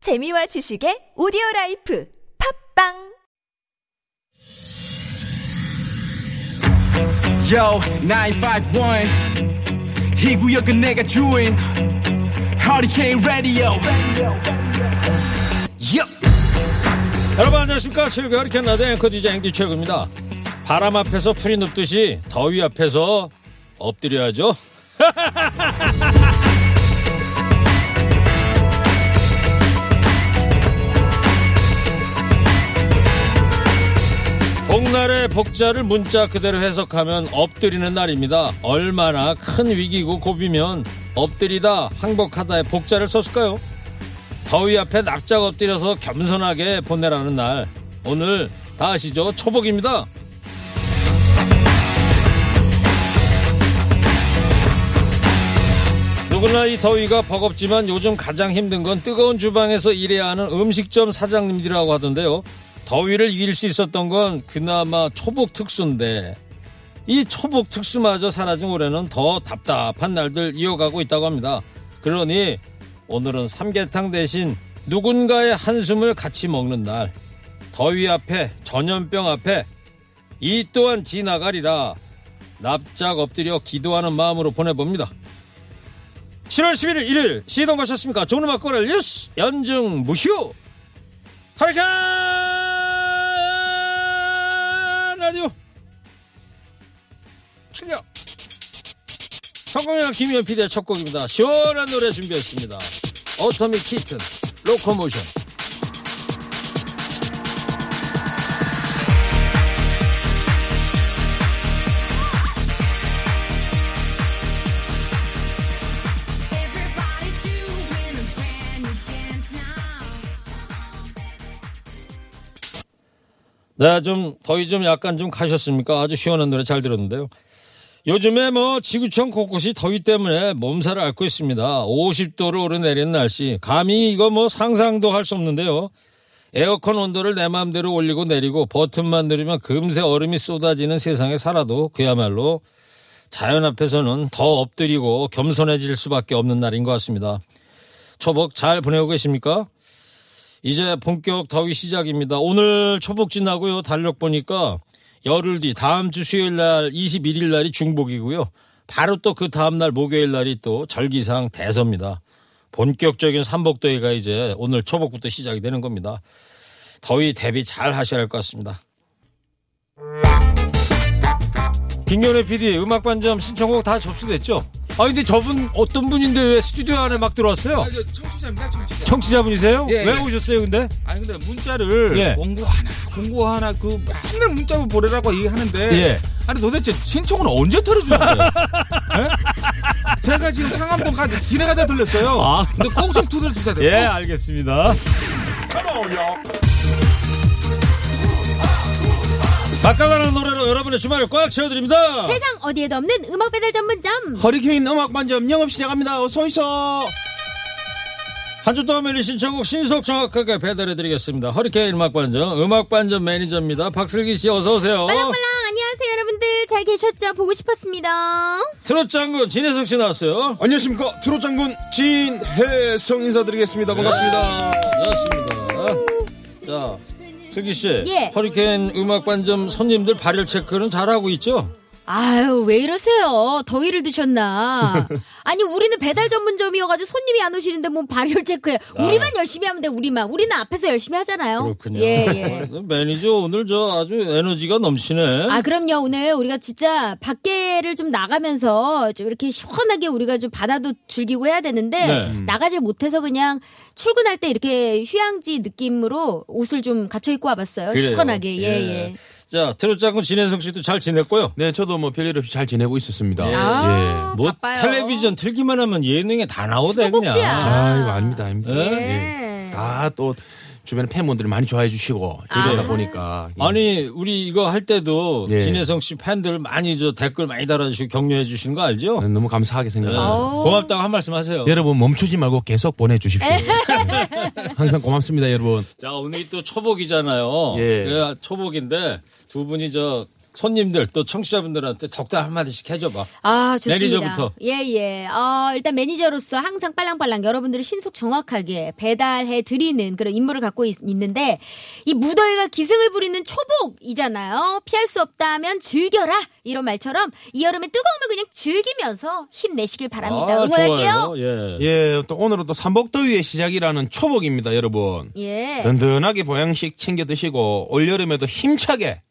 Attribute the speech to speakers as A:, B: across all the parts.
A: 재미와 지식의 오디오 라이프 팝빵
B: Yo, 951. 이 구역은 내가 주인. Hurricane Radio. Yup.
C: 여러분 안녕하십니까 최고의 허리케인 라디오 앵커 DJ 앵디 최고입니다 바람 앞에서 풀이 눕듯이 더위 앞에서 엎드려야죠 복날의 복자를 문자 그대로 해석하면 엎드리는 날입니다 얼마나 큰 위기고 고비면 엎드리다 항복하다의 복자를 썼을까요? 더위 앞에 납작 엎드려서 겸손하게 보내라는 날. 오늘 다 아시죠? 초복입니다. 누구나 이 더위가 버겁지만 요즘 가장 힘든 건 뜨거운 주방에서 일해야 하는 음식점 사장님들이라고 하던데요. 더위를 이길 수 있었던 건 그나마 초복 특수인데 이 초복 특수마저 사라진 올해는 더 답답한 날들 이어가고 있다고 합니다. 그러니 오늘은 삼계탕 대신 누군가의 한숨을 같이 먹는 날. 더위 앞에 전염병 앞에 이 또한 지나가리라 납작 엎드려 기도하는 마음으로 보내봅니다. 7월 11일 일요일 시동 가셨습니까? 좋은 음악 꺼낼 뉴스 연중 무휴 하리카 라디오 출력 성공형 김희연 PD의 첫 곡입니다. 시원한 노래 준비했습니다. 어터미 키튼, 로코모션.
D: Everybody's doing a brand new dance now.
C: 네, 좀 더위 좀 약간 좀 가셨습니까? 아주 시원한 노래 잘 들었는데요. 요즘에 뭐 지구촌 곳곳이 더위 때문에 몸살을 앓고 있습니다. 50도로 오르내리는 날씨. 감히 이거 뭐 상상도 할 수 없는데요. 에어컨 온도를 내 마음대로 올리고 내리고 버튼만 누르면 금세 얼음이 쏟아지는 세상에 살아도 그야말로 자연 앞에서는 더 엎드리고 겸손해질 수밖에 없는 날인 것 같습니다. 초복 잘 보내고 계십니까? 이제 본격 더위 시작입니다. 오늘 초복 지나고요. 달력 보니까 열흘 뒤 다음 주 수요일 날 21일 날이 중복이고요. 바로 또 그 다음 날 목요일 날이 또 절기상 대서입니다. 본격적인 삼복더위가 이제 오늘 초복부터 시작이 되는 겁니다. 더위 대비 잘 하셔야 할 것 같습니다. 김경래 PD 음악 반점 신청곡 다 접수됐죠? 아 근데 저분 어떤 분인데 왜 스튜디오 안에 막 들어왔어요?
E: 아, 저 청취자입니다, 청취자.
C: 청취자분이세요?
E: 예,
C: 왜
E: 예.
C: 오셨어요 근데?
E: 아니 근데 문자를
C: 예.
E: 공고 하나, 공고 하나 그 맨날 문자로 보내라고 얘기하는데
C: 예.
E: 아니 도대체 신청은 언제 털어주는 거예요? 예? 제가 지금 상암동 가 길에 가다 들렸어요.
C: 아.
E: 근데 꼭 좀 두드려주세요.
C: 예, 알겠습니다. 막강한 노래로 여러분의 주말을 꽉 채워드립니다.
F: 세상 어디에도 없는 음악 배달 전문점.
G: 허리케인 음악 반점 영업 시작합니다. 어서 오이소.
C: 한 주 동안 밀린 신청곡 신속 정확하게 배달해드리겠습니다. 허리케인 음악반점, 음악반점 매니저입니다. 박슬기 씨 어서오세요.
F: 빨랑빨랑 안녕하세요 여러분들 잘 계셨죠? 보고 싶었습니다.
C: 트롯 장군 진혜성 씨 나왔어요.
G: 안녕하십니까. 트롯 장군 진혜성 인사드리겠습니다. 반갑습니다.
C: 반갑습니다. 자, 슬기 씨.
F: 예.
C: 허리케인 음악반점 손님들 발열 체크는 잘하고 있죠?
F: 아유 왜 이러세요? 더위를 드셨나? 아니 우리는 배달 전문점이어가지고 손님이 안 오시는데 뭐 발열 체크해. 우리만 열심히 하면 돼 우리만. 우리는 앞에서 열심히 하잖아요.
C: 아. 그렇군요.
F: 예 예.
C: 매니저 오늘 저 아주 에너지가 넘치네.
F: 아 그럼요 오늘 우리가 진짜 밖에를 좀 나가면서 좀 이렇게 시원하게 우리가 좀 바다도 즐기고 해야 되는데
C: 네.
F: 나가질 못해서 그냥 출근할 때 이렇게 휴양지 느낌으로 옷을 좀 갖춰 입고 와봤어요
C: 그래요.
F: 시원하게 예예
C: 자, 트롯 장군 진혜성 씨도 잘 지냈고요.
G: 네, 저도 뭐 별일 없이 잘 지내고 있었습니다. 예.
F: 아,
C: 뭐
F: 바빠요.
C: 텔레비전 틀기만 하면 예능에 다 나오다
F: 수도꼭지야.
C: 그냥.
G: 아, 이거 아닙니다. 아닙니다.
F: 예.
G: 다 또 주변 팬분들이 많이 좋아해 주시고 이러다 보니까 예.
C: 아니 우리 이거 할 때도
G: 예.
C: 진혜성 씨 팬들 많이 저 댓글 많이 달아주시고 격려해 주시는 거 알죠?
G: 저는 너무 감사하게 생각합니다.
F: 오.
C: 고맙다고 한 말씀 하세요.
G: 네. 여러분 멈추지 말고 계속 보내 주십시오.
F: 네.
G: 항상 고맙습니다, 여러분.
C: 자 오늘 또 초복이잖아요.
G: 예.
C: 예, 초복인데 두 분이 저 손님들 또 청취자분들한테 덕담 한마디씩 해줘봐.
F: 아, 좋습니다.
C: 매니저부터.
F: 예, 예. 어, 일단 매니저로서 항상 빨랑빨랑 여러분들을 신속 정확하게 배달해 드리는 그런 임무를 갖고 있, 는데이 무더위가 기승을 부리는 초복이잖아요. 피할 수 없다면 즐겨라. 이런 말처럼 이 여름의 뜨거움을 그냥 즐기면서 힘내시길 바랍니다.
C: 아,
F: 응원할게요.
C: 좋아요. 예.
F: 네.
G: 예, 또 오늘은 또 삼복더위의 시작이라는 초복입니다, 여러분.
F: 예.
C: 네.
G: 든든하게 보양식 챙겨 드시고 올여름에도 힘차게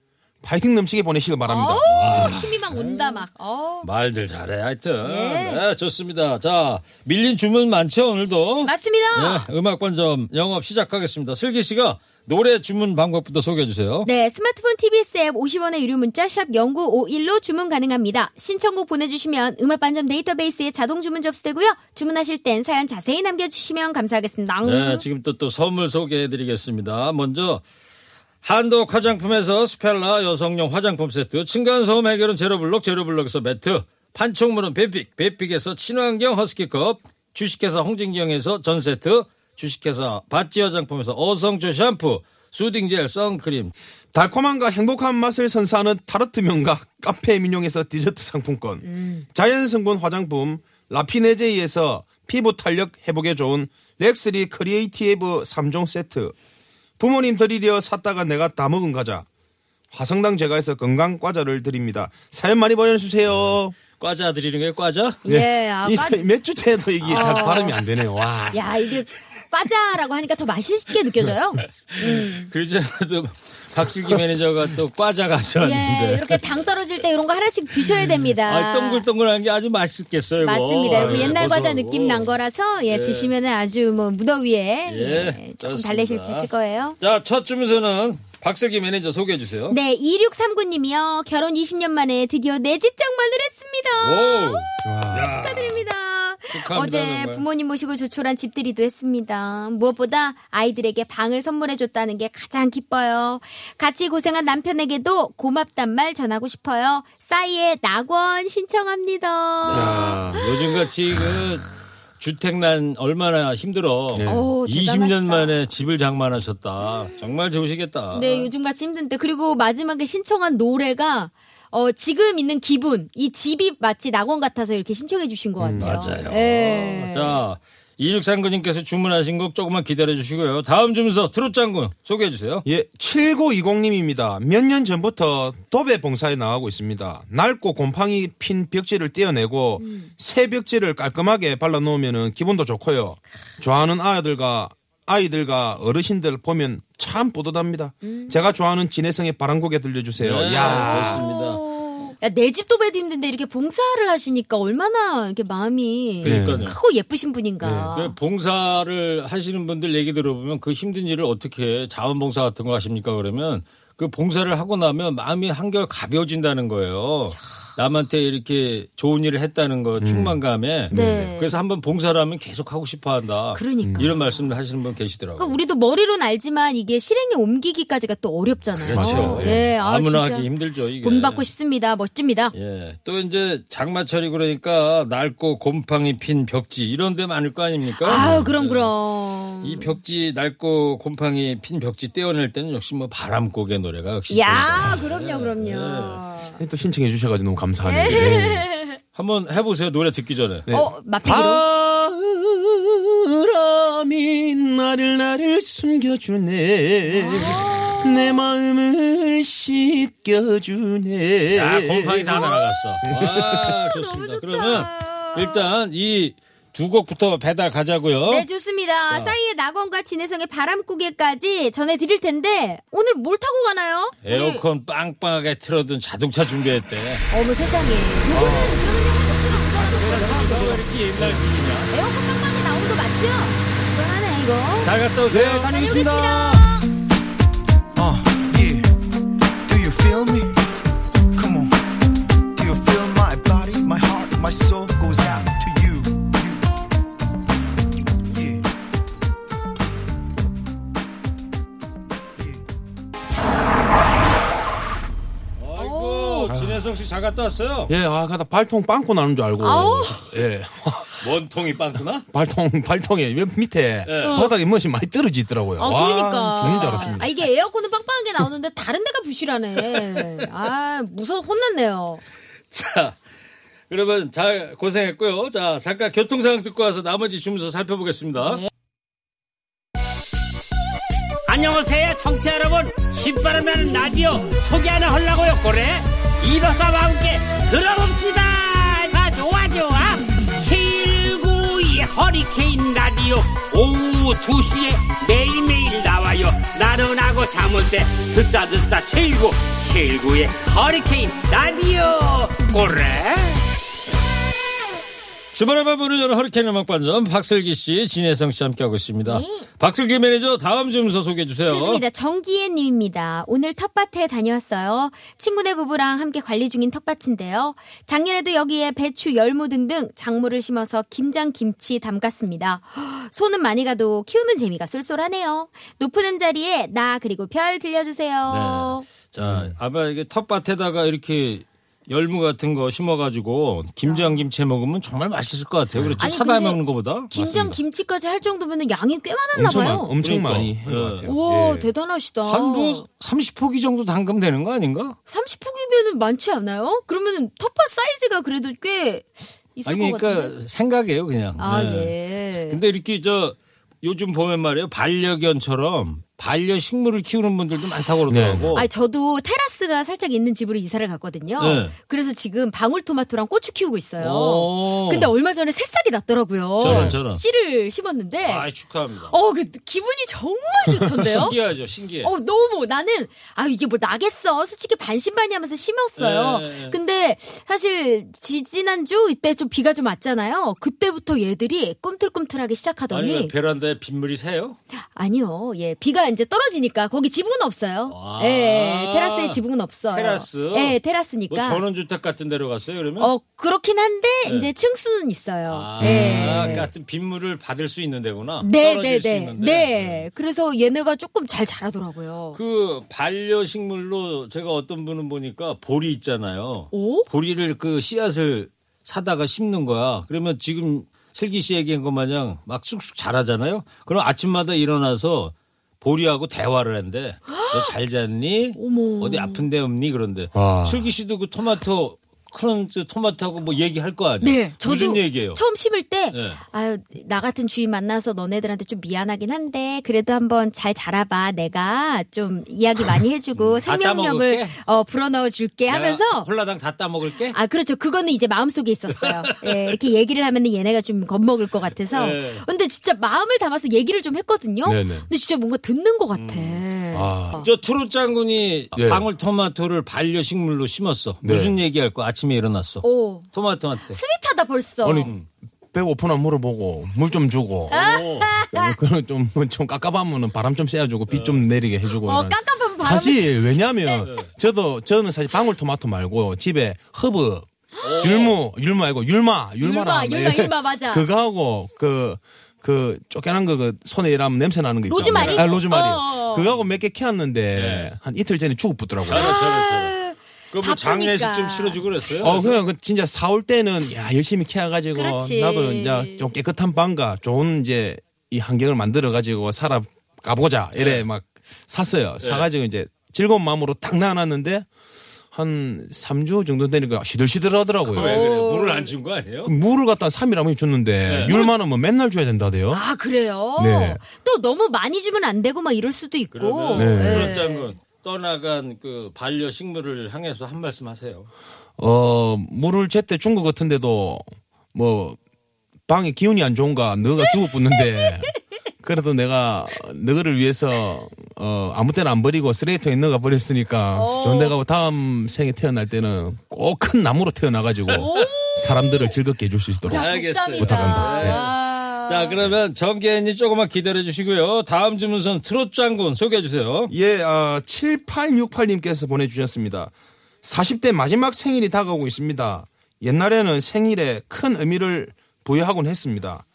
G: 파이팅 넘치게 보내시길 바랍니다.
F: 어우, 힘이 막 온다,
C: 네.
F: 막. 어우.
C: 말들 잘해. 하여튼
F: 예.
C: 네, 좋습니다. 자 밀린 주문 많죠 오늘도.
F: 맞습니다.
C: 네, 음악 관점 영업 시작하겠습니다. 슬기 씨가 노래 주문 방법부터 소개해 주세요.
F: 네, 스마트폰 TBS 앱 50원의 유료 문자 샵 0951로 주문 가능합니다. 신청곡 보내주시면 음악반점 데이터베이스에 자동 주문 접수되고요. 주문하실 땐 사연 자세히 남겨주시면 감사하겠습니다.
C: 네, 지금 또, 또 선물 소개해 드리겠습니다. 먼저, 한독 화장품에서 스펠라 여성용 화장품 세트, 층간소음 해결은 제로블록, 제로블록에서 매트, 판촉물은 베픽, 베픽에서 친환경 허스키컵, 주식회사 홍진경에서 전 세트, 주식회사 바찌 화장품에서 어성초 샴푸, 수딩젤 선크림,
G: 달콤함과 행복한 맛을 선사하는 타르트 명가 카페 민용에서 디저트 상품권. 자연 성분 화장품 라피네제이에서 피부 탄력 회복에 좋은 렉스리 크리에이티브 3종 세트. 부모님 드리려 샀다가 내가 다 먹은 과자. 화성당 제과에서 건강 과자를 드립니다. 사연 많이 보내주세요.
C: 과자 드리는 게 과자?
F: 예, 아,
G: 이
F: 빠,
G: 사- 몇 주째도 이게 잘 발음이 안 되네요. 와.
C: 아.
F: 야, 이게 빠자라고 하니까 더 맛있게 느껴져요.
C: 네, 그러지 않아도 박슬기 매니저가 또 과자 가져왔는데.
F: 예, 이렇게 당 떨어질 때 이런 거 하나씩 드셔야 됩니다.
C: 아, 동글동글한 게 아주 맛있겠어요, 이거.
F: 맞습니다. 이거
C: 아유, 예.
F: 옛날 과자
C: 고소하고.
F: 느낌 난 거라서 예, 드시면 아주 뭐 무더위에
C: 예,
F: 예, 조금
C: 좋습니다.
F: 달래실 수 있을 거예요.
C: 자, 첫 주문서는 박석희 매니저 소개해 주세요.
F: 네, 2639님이요. 결혼 20년 만에 드디어 내 집 장만을 했습니다.
C: 오,
F: 축하드립니다.
C: 축하합니다,
F: 어제
C: 정말.
F: 부모님 모시고 조촐한 집들이도 했습니다. 무엇보다 아이들에게 방을 선물해줬다는 게 가장 기뻐요. 같이 고생한 남편에게도 고맙단 말 전하고 싶어요. 싸이의 낙원 신청합니다.
C: 요즘같이 그 주택난 얼마나 힘들어.
F: 오,
C: 20년
F: 대단하시다.
C: 만에 집을 장만하셨다. 정말 좋으시겠다.
F: 네, 요즘 같이 힘든데 그리고 마지막에 신청한 노래가 어, 지금 있는 기분, 이 집이 마치 낙원 같아서 이렇게 신청해 주신 것 같아요.
C: 음, 맞아요.
F: 예.
C: 자, 2639님께서 주문하신 곡 조금만 기다려 주시고요. 다음 주문서 트롯 장군 소개해 주세요.
G: 예, 7920님입니다. 몇 년 전부터 도배 봉사에 나가고 있습니다. 낡고 곰팡이 핀 벽지를 떼어내고 새 벽지를 깔끔하게 발라놓으면 기분도 좋고요. 좋아하는 아이들과 아이들과 어르신들 보면 참 뿌듯합니다. 제가 좋아하는 진해성의 바람곡에 들려주세요.
C: 네,
G: 예. 야,
C: 좋습니다.
F: 야, 내 집도 배도 힘든데 이렇게 봉사를 하시니까 얼마나 이렇게 마음이
C: 그러니까요.
F: 크고 예쁘신 분인가.
C: 그 봉사를 하시는 분들 얘기 들어보면 그 힘든 일을 어떻게 해? 자원봉사 같은 거 하십니까 그러면 그 봉사를 하고 나면 마음이 한결 가벼워진다는 거예요. 남한테 이렇게 좋은 일을 했다는 거 충만감에
F: 음. 네.
C: 그래서 한번 봉사를 하면 계속 하고 싶어 한다.
F: 그러니까.
C: 이런 말씀을 하시는 분 계시더라고요.
F: 그러니까 우리도 머리로는 알지만 이게 실행에 옮기기까지가 또 어렵잖아요.
C: 그렇죠.
F: 예, 아,
C: 무나
F: 진짜
C: 하기 힘들죠, 이게.
F: 본받고 싶습니다. 멋집니다.
C: 예. 또 이제 장마철이 그러니까 낡고 곰팡이 핀 벽지 이런 데 많을 거 아닙니까?
F: 아유, 그럼,
C: 예.
F: 그럼.
C: 이 벽지 낡고 곰팡이 핀 벽지 떼어낼 때는 역시 뭐 바람곡의 노래가 역시
F: 야,
C: 좋습니다. 예.
F: 그럼요, 그럼요.
G: 또 신청해 주셔가지고 너무 감사하네요. 네.
C: 한번 해보세요 노래 듣기 전에
F: 어, 맛보기로.
G: 바람이 나를 나를 숨겨주네
F: 아.
G: 내 마음을 씻겨주네
C: 야 곰팡이 다 날아갔어 아 좋습니다
F: 좋다.
C: 그러면 일단 이 두 곡부터 배달 가자고요
F: 네, 좋습니다. 싸이의 낙원과 진해성의 바람고개까지 전해드릴 텐데, 오늘 뭘 타고 가나요?
C: 네.
F: 음.
C: 에어컨 빵빵하게 틀어둔 자동차 준비했대
F: 어머 세상에.
C: 아.
F: 요거는 그러면 한석씨가 운전하는 거죠.
C: 왜 이렇게 옛날식이냐
F: 에어컨 빵빵이 나오는 거 맞죠? 불안하네, 이거.
C: 잘 네, 갔다 오세요
F: 다녀오겠습니다.
B: Uh,
E: 어.
B: yeah. Do you feel me? Come on. Do you feel my body, my heart, my soul goes out to you. You. Yeah.
C: 아이고 진혜성 씨 잘 갔다 왔어요
G: 예, 아, 가다 발통 빵꾸 나는 줄 알고.
F: 아우.
G: 예.
C: 원통이 빵꾸나?
G: 발통 발통에 맨 밑에 바닥에 멋이 많이 떨어져 있더라고요.
F: 예. 아,
G: 와
F: 그러니까.
G: 죽는 줄 알았습니다.
F: 아, 이게 에어컨은 빵빵한 게 나오는데 다른 데가 부실하네. 아, 무서워, 혼났네요.
C: 자, 여러분 잘 고생했고요. 자, 잠깐 교통 상황 듣고 와서 나머지 주문서
F: 네.
C: 살펴보겠습니다.
H: 안녕하세요 청취자 여러분 신바람 나는 라디오 소개 하나 하려고요 고래 이박사와 함께 들어봅시다 아 좋아 좋아 792 허리케인 라디오 오후 2시에 매일매일 나와요 나른하고 잠올때 듣자 듣자 7구 7구의 허리케인 라디오 고래
C: 주말의 밤문을 여는 허리케인 음악반점 박슬기 씨, 진혜성 씨 함께하고 있습니다. 박슬기 매니저 다음 주문서 소개해 주세요.
F: 네. 좋습니다. 정기혜님입니다. 오늘 텃밭에 다녀왔어요. 친구네 부부랑 함께 관리 중인 텃밭인데요. 작년에도 여기에 배추, 열무 등등 작물을 심어서 김장, 김치 담갔습니다. 헉, 손은 많이 가도 키우는 재미가 쏠쏠하네요. 높은 음자리에 나 그리고 별 들려주세요.
C: 자, 아마 이게 텃밭에다가 이렇게 열무 같은 거 심어가지고 김장 김치 해 먹으면 정말 맛있을 것 같아요. 그렇죠.
F: 아니,
C: 사다 해
F: 근데
C: 먹는 것보다.
F: 김장, 김치까지 할 정도면 양이 꽤 많았나
G: 엄청 많,
F: 봐요.
G: 엄청
C: 그러니까.
G: 많이 한것
C: 예.
G: 같아요.
F: 와
G: 예.
F: 대단하시다.
C: 한부 30포기 정도 담금 되는 거 아닌가?
F: 30포기면은 많지 않아요? 그러면 텃밭 사이즈가 그래도 꽤 있을
C: 아니
F: 것
C: 그러니까
F: 같은데.
C: 생각이에요 그냥.
F: 아
C: 네.
F: 예.
C: 근데 이렇게 저 요즘 보면 말이에요 반려견처럼 반려 식물을 키우는 분들도 많다고 그러더라고.
F: 아니 저도 테라스가 살짝 있는 집으로 이사를 갔거든요.
C: 뭐 네.
F: 그래서 지금 방울토마토랑 고추 키우고 있어요.
C: 오.
F: 근데 얼마 전에 새싹이 났더라고요.
C: 저런, 저런.
F: 씨를 심었는데
C: 아이, 축하합니다.
F: 어 그 기분이 정말 좋던데요.
C: 신기하죠, 신기해.
F: 어 너무 나는 아 이게 뭐 나겠어 솔직히 반신반의하면서 심었어요.
C: 예, 예.
F: 근데 사실 지지난주 이때 좀 비가 좀 왔잖아요. 그때부터 얘들이 꿈틀꿈틀하기
C: 아니 왜
F: 시작하더니
C: 베란다에 빗물이 새요?
F: 아니요 예 비가 이제 떨어지니까 거기 지붕은 없어요.
C: 아.
F: 예, 예 테라스에 지붕은 없어요.
C: 테라스?
F: 예
C: 뭐
F: 테라스니까.
C: 전원주택 같은 데로 갔어요 그러면?
F: 어 그렇긴 한데
C: 네.
F: 이제 층수는 있어요.
C: 아,
F: 예.
C: 같은 빗물을 받을 수 있는 데구나.
F: 네, 네,
C: 떨어질 수
F: 네,
C: 있는데.
F: 네. 그래서 얘네가 조금 잘 자라더라고요.
C: 그 반려식물로 제가 어떤 분은 보니까 보리 있잖아요.
F: 오?
C: 보리를 그 씨앗을 사다가 심는 거야. 그러면 지금 슬기 씨 얘기한 것 마냥 막 쑥쑥 자라잖아요. 그럼 아침마다 일어나서 보리하고 대화를 한대. 너 잘 잤니? 어디 아픈 데 없니? 그런데
G: 와.
C: 슬기 씨도 그 토마토 큰 저 토마토하고 뭐 얘기할 거 아니야?
F: 네, 저도
C: 무슨 얘기예요?
F: 처음 심을 때,
C: 네.
F: 아유 나 같은 주인 만나서 너네들한테 좀 미안하긴 한데 그래도 한번 잘 자라봐. 내가 좀 이야기 많이 해주고 생명력을
C: 음, 따먹을게?
F: 어, 불어넣어 줄게
C: 내가
F: 하면서.
C: 홀라당 다 따먹을게?
F: 아, 그렇죠. 그거는 이제 마음속에 있었어요. 예, 이렇게 얘기를 하면 얘네가 좀 겁먹을 것 같아서.
C: 네.
F: 근데 진짜 마음을 담아서 얘기를 좀 했거든요.
G: 네네.
F: 근데 진짜 뭔가 듣는 것 같아.
C: 음.
F: 어.
C: 저 트롯 장군이
G: 예.
C: 방울토마토를 반려식물로 심었어.
G: 네.
C: 무슨 얘기할 거 아침에 일어났어.
F: 오,
C: 토마토한테.
F: 스윗하다 벌써.
G: 아니 배고프나 물어보고 물 좀 주고
F: 아.
G: 어, 그런 좀좀 깝깝하면은 바람 좀 쐬어주고 비 좀 내리게 해주고
F: 어,
G: 이런.
F: 깜깜한 바람.
G: 사실 왜냐하면 저도 저는 사실 방울토마토 말고 집에 허브 율무 율무 말고 율마 율마라
F: 율마, 율마, 율마, 맞아.
G: 그거하고 그 그 쫓겨난 거그 손에 일하면 냄새 나는 거 있죠.
F: 로즈마리?
G: 아, 로즈마리.
F: 어.
G: 그거하고 몇 개 키웠는데 한 이틀 전에 죽어 붙더라고요.
C: 잘해, 잘해, 잘해. 그뭐
F: 아, 바쁘니까.
C: 장례식 좀 치러주고 그랬어요?
G: 어, 그냥 그 진짜 사올 때는 야 열심히 키워가지고
F: 그렇지.
G: 나도 이제 좀 깨끗한 방과 좋은 이제 이 환경을 만들어가지고 살아 가보자 이래
F: 네.
G: 막 샀어요. 사가지고 이제 즐거운 마음으로 딱 나눴는데 한 3주 정도 되니까 시들시들하더라고요.
C: 왜
F: 어.
C: 그래? 물을 안 준 거 아니에요?
F: 음.
G: 물을 갖다 3일 아무리 줬는데
F: 네.
G: 율만은 뭐 맨날 줘야 된다대요.
F: 아, 그래요?
G: 네.
F: 또 너무 많이 주면 안 되고 막 이럴 수도 있고.
C: 그러면
G: 네.
C: 트롯 장군 떠나간 그 반려식물을 향해서 한 말씀 하세요.
G: 어 물을 제때 준 것 같은데도 뭐 방에 기운이 안 좋은가 너가 죽어붙는데 그래도 내가 너를 위해서 어 아무 때나 안 버리고 쓰레기통에 넣어가 버렸으니까 좋은 데 가고 뭐 다음 생에 태어날 때는 꼭 큰 나무로 태어나가지고 사람들을 즐겁게 해줄 수 있도록
F: 야,
C: 알겠어요.
F: 독담이다. 아,
G: 부탁한다. 네.
F: 와.
C: 자, 그러면 정계인님 조금만 기다려 주시고요. 다음 주문선 트롯 장군 소개해 주세요.
G: 예, 아, 7868님께서 보내주셨습니다. 40대 마지막 생일이 다가오고 있습니다. 옛날에는 생일에 큰 의미를 부여하곤 했습니다.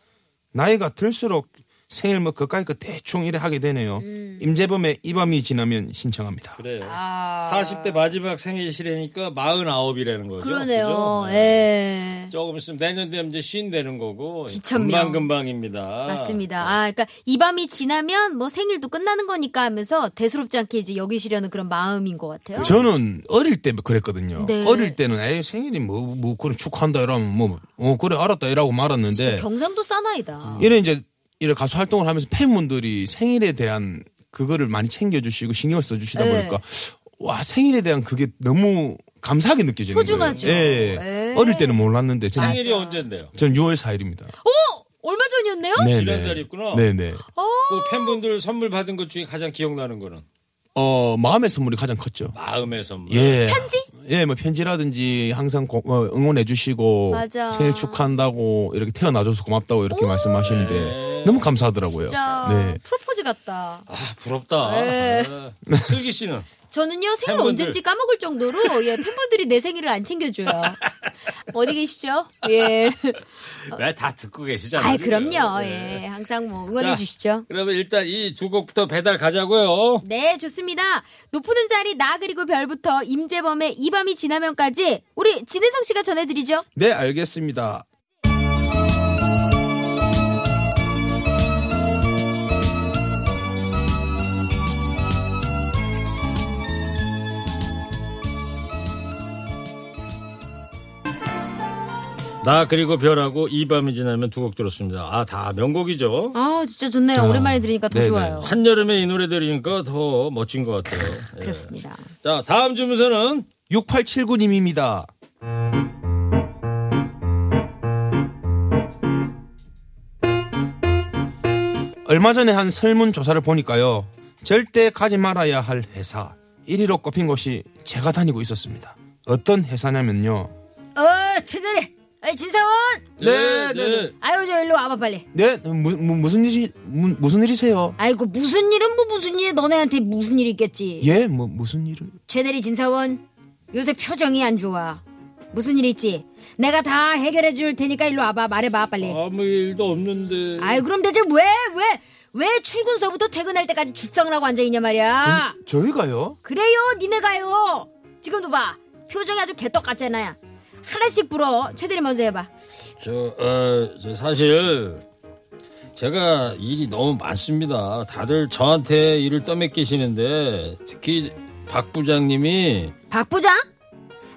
G: 나이가 들수록 생일 뭐 그까이 그 대충 이래 하게 되네요. 임재범의 이 밤이 지나면 신청합니다.
C: 그래요.
F: 아.
C: 40대 마지막 생일이시라니까 49이라는 거죠.
F: 그러네요.
C: 그죠?
F: 예.
C: 네. 조금 있으면 내년 되면 이제 쉰 되는 거고.
F: 지천명.
C: 금방금방입니다.
F: 맞습니다. 아, 그러니까 이 밤이 지나면 뭐 생일도 끝나는 거니까 하면서 대수롭지 않게 이제 여기시려는 그런 마음인 것 같아요.
G: 저는 어릴 때 그랬거든요.
F: 네.
G: 어릴 때는 에이 생일이 뭐, 뭐 그래 축하한다 이러면 뭐 어 그래 알았다 이라고
F: 진짜
G: 말았는데
F: 경상도 사나이다.
G: 이런 이제 이런 가수 활동을 하면서 팬분들이 생일에 대한 그거를 많이 챙겨주시고 신경을 써주시다
F: 네.
G: 보니까 와 생일에 대한 그게 너무 감사하게 느껴지는
F: 소중하죠.
G: 거예요. 예.
F: 예.
G: 어릴 때는 몰랐는데 저는,
C: 생일이 언젠데요?
G: 저는 6월 4일입니다.
F: 오! 어? 얼마 전이었네요?
C: 아, 지난달에 있구나.
G: 네네.
C: 그 팬분들 선물 받은 것 중에 가장 기억나는 거는
G: 어 마음의 선물이 가장 컸죠.
C: 마음의 선물.
G: 예.
F: 편지?
G: 예, 뭐 편지라든지 항상 고- 어, 응원해주시고
F: 맞아.
G: 생일 축하한다고 이렇게 태어나줘서 고맙다고 이렇게
C: 네.
G: 말씀하시는데 너무 감사하더라고요.
F: 진짜
G: 네.
F: 프로포즈 같다.
C: 아, 부럽다.
F: 예.
C: 아, 슬기 씨는
F: 저는요 생일
C: 팬분들.
F: 언제인지 까먹을 정도로 예, 팬분들이 내 생일을 안 챙겨줘요. 어디 계시죠? 예.
C: 왜 다 듣고 계시잖아요.
F: 아
C: 지금.
F: 그럼요.
C: 예.
F: 예. 항상 뭐 응원해
C: 자,
F: 주시죠.
C: 그러면 일단 이 두 곡부터 배달 가자고요.
F: 네, 좋습니다. 높은 자리 나 그리고 별부터 임재범의 이 밤이 지나면까지 우리 진혜성 씨가 전해드리죠.
G: 네, 알겠습니다.
C: 나 그리고 별하고 이 밤이 지나면 두 곡 들었습니다. 아, 다 명곡이죠.
F: 아, 진짜 좋네요. 오랜만에 들으니까 더
G: 네네.
F: 좋아요.
C: 한여름에 이 노래 들으니까 더 멋진 것 같아요.
G: 네.
C: 예.
F: 그렇습니다.
C: 자, 다음 주문서는
G: 6879님입니다. 얼마 전에 한 설문조사를 보니까요. 절대 가지 말아야 할 회사 1위로 꼽힌 곳이 제가 다니고 있었습니다. 어떤 회사냐면요.
F: 어, 최대리, 어, 진사원.
G: 네, 네, 네.
F: 아유, 저 일로 와봐 빨리.
G: 네, 무, 슨 일이 무, 무슨 일이세요?
F: 아이고 무슨 일은 뭐 무슨 일 너네한테 무슨 일이 있겠지.
G: 예, 뭐 무슨 일을?
F: 최대리 진사원 요새 표정이 안 좋아. 무슨 일 있지? 내가 다 해결해 줄 테니까 일로 와봐 말해봐 빨리.
G: 네.
C: 아무 일도 없는데.
F: 아이 그럼 대체 왜 왜 왜 출근서부터 퇴근할 때까지 죽상을 하고 앉아 있냐 말이야.
G: 저희가요?
F: 그래요 니네가요. 지금도 봐 표정이 아주 개떡 같잖아. 하나씩 불어 최대리 먼저 해봐.
C: 저, 어, 저 사실 제가 일이 너무 많습니다. 다들 저한테 일을 떠맡기시는데 특히 박 부장님이
F: 박 부장?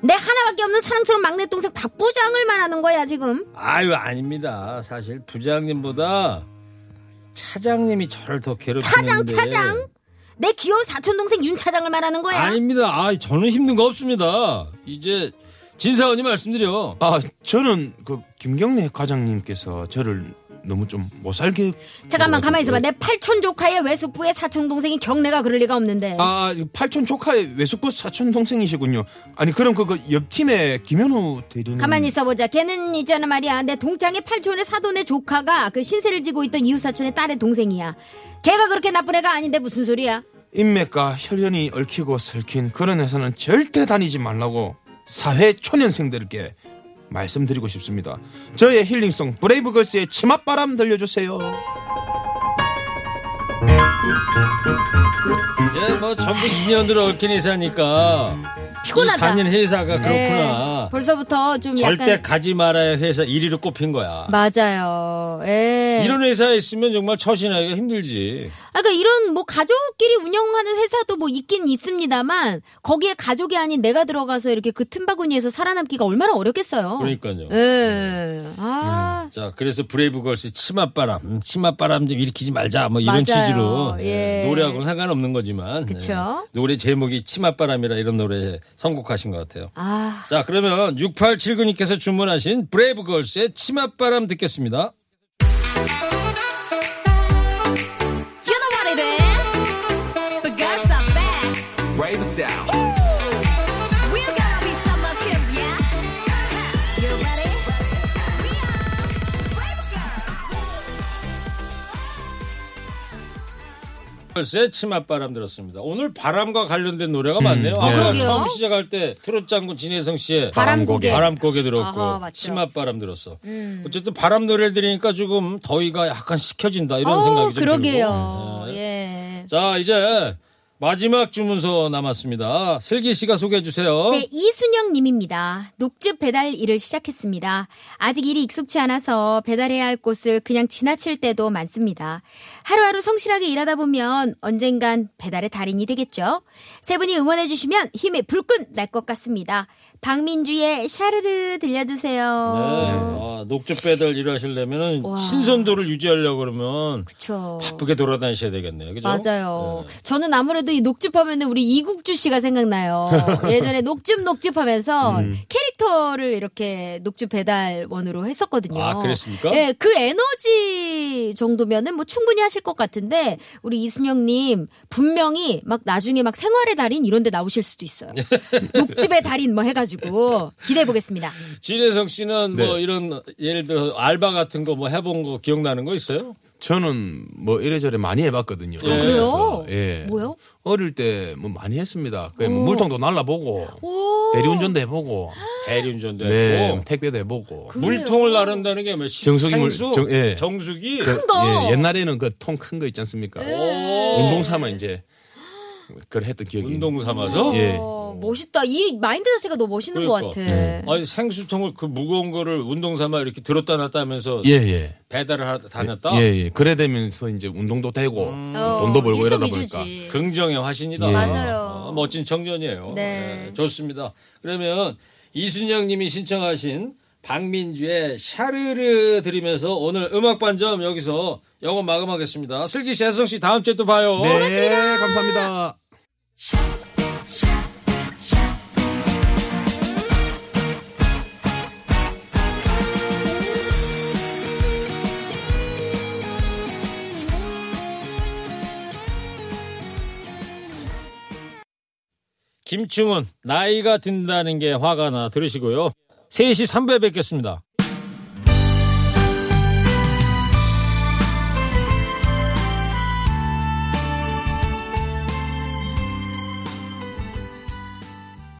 F: 내 하나밖에 없는 사랑스러운 막내 동생 박 부장을 말하는 거야 지금.
C: 아유 아닙니다. 사실 부장님보다 차장님이 저를 더
F: 차장
C: 괴롭히는데
F: 차장 내 귀여운 사촌 동생 윤 차장을 말하는 거야.
C: 아닙니다. 아 저는 힘든 거 없습니다. 이제 진사원이 말씀드려.
G: 아, 저는 그 김경래 과장님께서 저를 너무 좀 못 살게
C: 뭐,
F: 잠깐만 가만히 있어봐. 내 팔촌 조카의 외숙부의 사촌 동생이 경례가 그럴 리가 없는데.
G: 아, 팔촌 조카의 외숙부 사촌 동생이시군요. 아니, 그럼 그거 옆팀에 김현우
C: 음.
G: 대리님.
F: 가만히 있어보자. 걔는 있잖아 말이야. 내 동창의 팔촌의 사돈의 조카가 그 신세를 지고 있던 이웃 사촌의 딸의 동생이야. 걔가 그렇게 나쁜 애가 아닌데 무슨 소리야?
G: 인맥과 혈연이 얽히고 설킨 그런 회사는 절대 다니지 말라고 사회 초년생들께 말씀드리고 싶습니다. 저의 힐링송 브레이브걸스의 치맛바람 들려주세요.
C: 이제 뭐 전부 인연으로 얽힌 회사니까
F: 피곤하다.
C: 이 다닌 회사가 그렇구나.
F: 예, 벌써부터 좀
C: 절대
F: 약간
C: 가지 말아야 회사 1위로 꼽힌 거야.
F: 맞아요. 예.
C: 이런 회사에 있으면 정말 처신하기가 힘들지.
F: 아, 그러니까 이런 뭐 가족끼리 운영하는 회사도 뭐 있긴 있습니다만 거기에 가족이 아닌 내가 들어가서 이렇게 그 틈바구니에서 살아남기가 얼마나 어렵겠어요.
C: 그러니까요. 네.
F: 예. 아.
C: 자, 그래서 브레이브걸스 치맛바람, 음, 치맛바람 좀 일으키지 말자, 뭐 이런
F: 맞아요.
C: 취지로
F: 예.
C: 노래하고는 상관없는 거지만 예.
F: 그쵸?
C: 노래 제목이 치맛바람이라 이런 노래 선곡하신 것 같아요.
F: 아.
C: 자, 그러면 6879님께서 주문하신 브레이브걸스의 치맛바람 듣겠습니다.
D: You know what it is? But girls are back. Woo! We're gonna be summer kids, yeah? Uh-huh. You ready? We are Brave Girls.
C: 글쎄 치맛바람 들었습니다. 오늘 바람과 관련된 노래가
F: 음,
C: 많네요. 아,
G: 네.
C: 까
F: 그러게요.
C: 처음 시작할 때 트롯 장군 진혜성 씨의
F: 바람고개.
C: 바람고개 들었고
F: 아하, 맞죠. 음.
C: 치맛바람 들었어. 어쨌든 바람 노래를 들으니까 조금 더위가 약간 식혀진다 이런
F: 어,
C: 생각이 좀
F: 그러게요.
C: 들고. 네.
F: 예.
C: 자 이제 마지막 주문서 남았습니다. 슬기 씨가 소개해 주세요.
F: 네, 이순영 님입니다. 녹즙 배달 일을 시작했습니다. 아직 일이 익숙치 않아서 배달해야 할 곳을 그냥 지나칠 때도 많습니다. 하루하루 성실하게 일하다 보면 언젠간 배달의 달인이 되겠죠. 세 분이 응원해 주시면 힘에 불끈 날 것 같습니다. 박민주의 샤르르
C: 네.
F: 들려주세요.
C: 아, 녹즙 배달 일하시려면
F: 와.
C: 신선도를 유지하려고 그러면
F: 그쵸.
C: 바쁘게 돌아다니셔야 되겠네요. 그죠?
F: 맞아요. 저는 아무래도 이 녹즙하면은 우리 이국주 씨가 생각나요. 예전에 녹즙 녹즙하면서
C: 음.
F: 캐릭터를 이렇게 녹즙 배달원으로 했었거든요.
C: 아, 그랬습니까?
F: 예, 그 에너지 정도면은 뭐 충분히 하실 것 같은데 우리 이순영님 분명히 막 나중에 막 생활의 달인 이런데 나오실 수도 있어요. 녹즙의 달인 뭐 해가지고 기대해 보겠습니다.
C: 진혜성 씨는
G: 네.
C: 뭐 이런 예를 들어 알바 같은 거 뭐 해본 거 기억나는 거 있어요?
G: 저는 뭐 이래저래 많이 해봤거든요.
C: 아,
F: 그래요?
G: 예.
F: 뭐요?
G: 어릴 때 뭐 많이 했습니다. 그뭐 물통도 날라보고 대리운전도 해보고
C: 대리운전도
G: 네,
C: 했고
G: 택배도 해보고
F: 그
C: 물통을 나른다는 게몇 뭐
G: 정수기 물-
C: 생수?
G: 정- 예.
C: 정수기
F: 거. 네.
G: 예, 옛날에는 그 통 큰 거 있지 않습니까? 운동 삼아 이제 그걸 했던 기억이
C: 운동 삼아서
G: 예.
F: 어, 멋있다. 이 마인드 자체가 너무 멋있는 것
C: 네. 그러니까.
F: 같아.
C: 아니 생수통을 그 무거운 거를 운동 삼아 이렇게 들었다 놨다 하면서
G: 예, 예.
C: 배달을 하, 다녔다.
G: 예, 예. 그래 되면서 이제 운동도 되고
F: 어,
G: 돈도 벌고 이러다
F: 일석이조지.
G: 보니까
C: 긍정의 화신이다.
G: 예.
F: 맞아요.
C: 아, 멋진 청년이에요.
F: 네.
C: 예, 좋습니다. 그러면 이순영 님이 신청하신 박민주의 샤르르 들으면서 오늘 음악 반점 여기서 영업 마감하겠습니다. 슬기 씨, 혜성 씨 다음 주에 또 봐요.
G: 네, 감사합니다.
C: 김충은 나이가 든다는 게 화가 나 들으시고요. 3시 3부에 뵙겠습니다.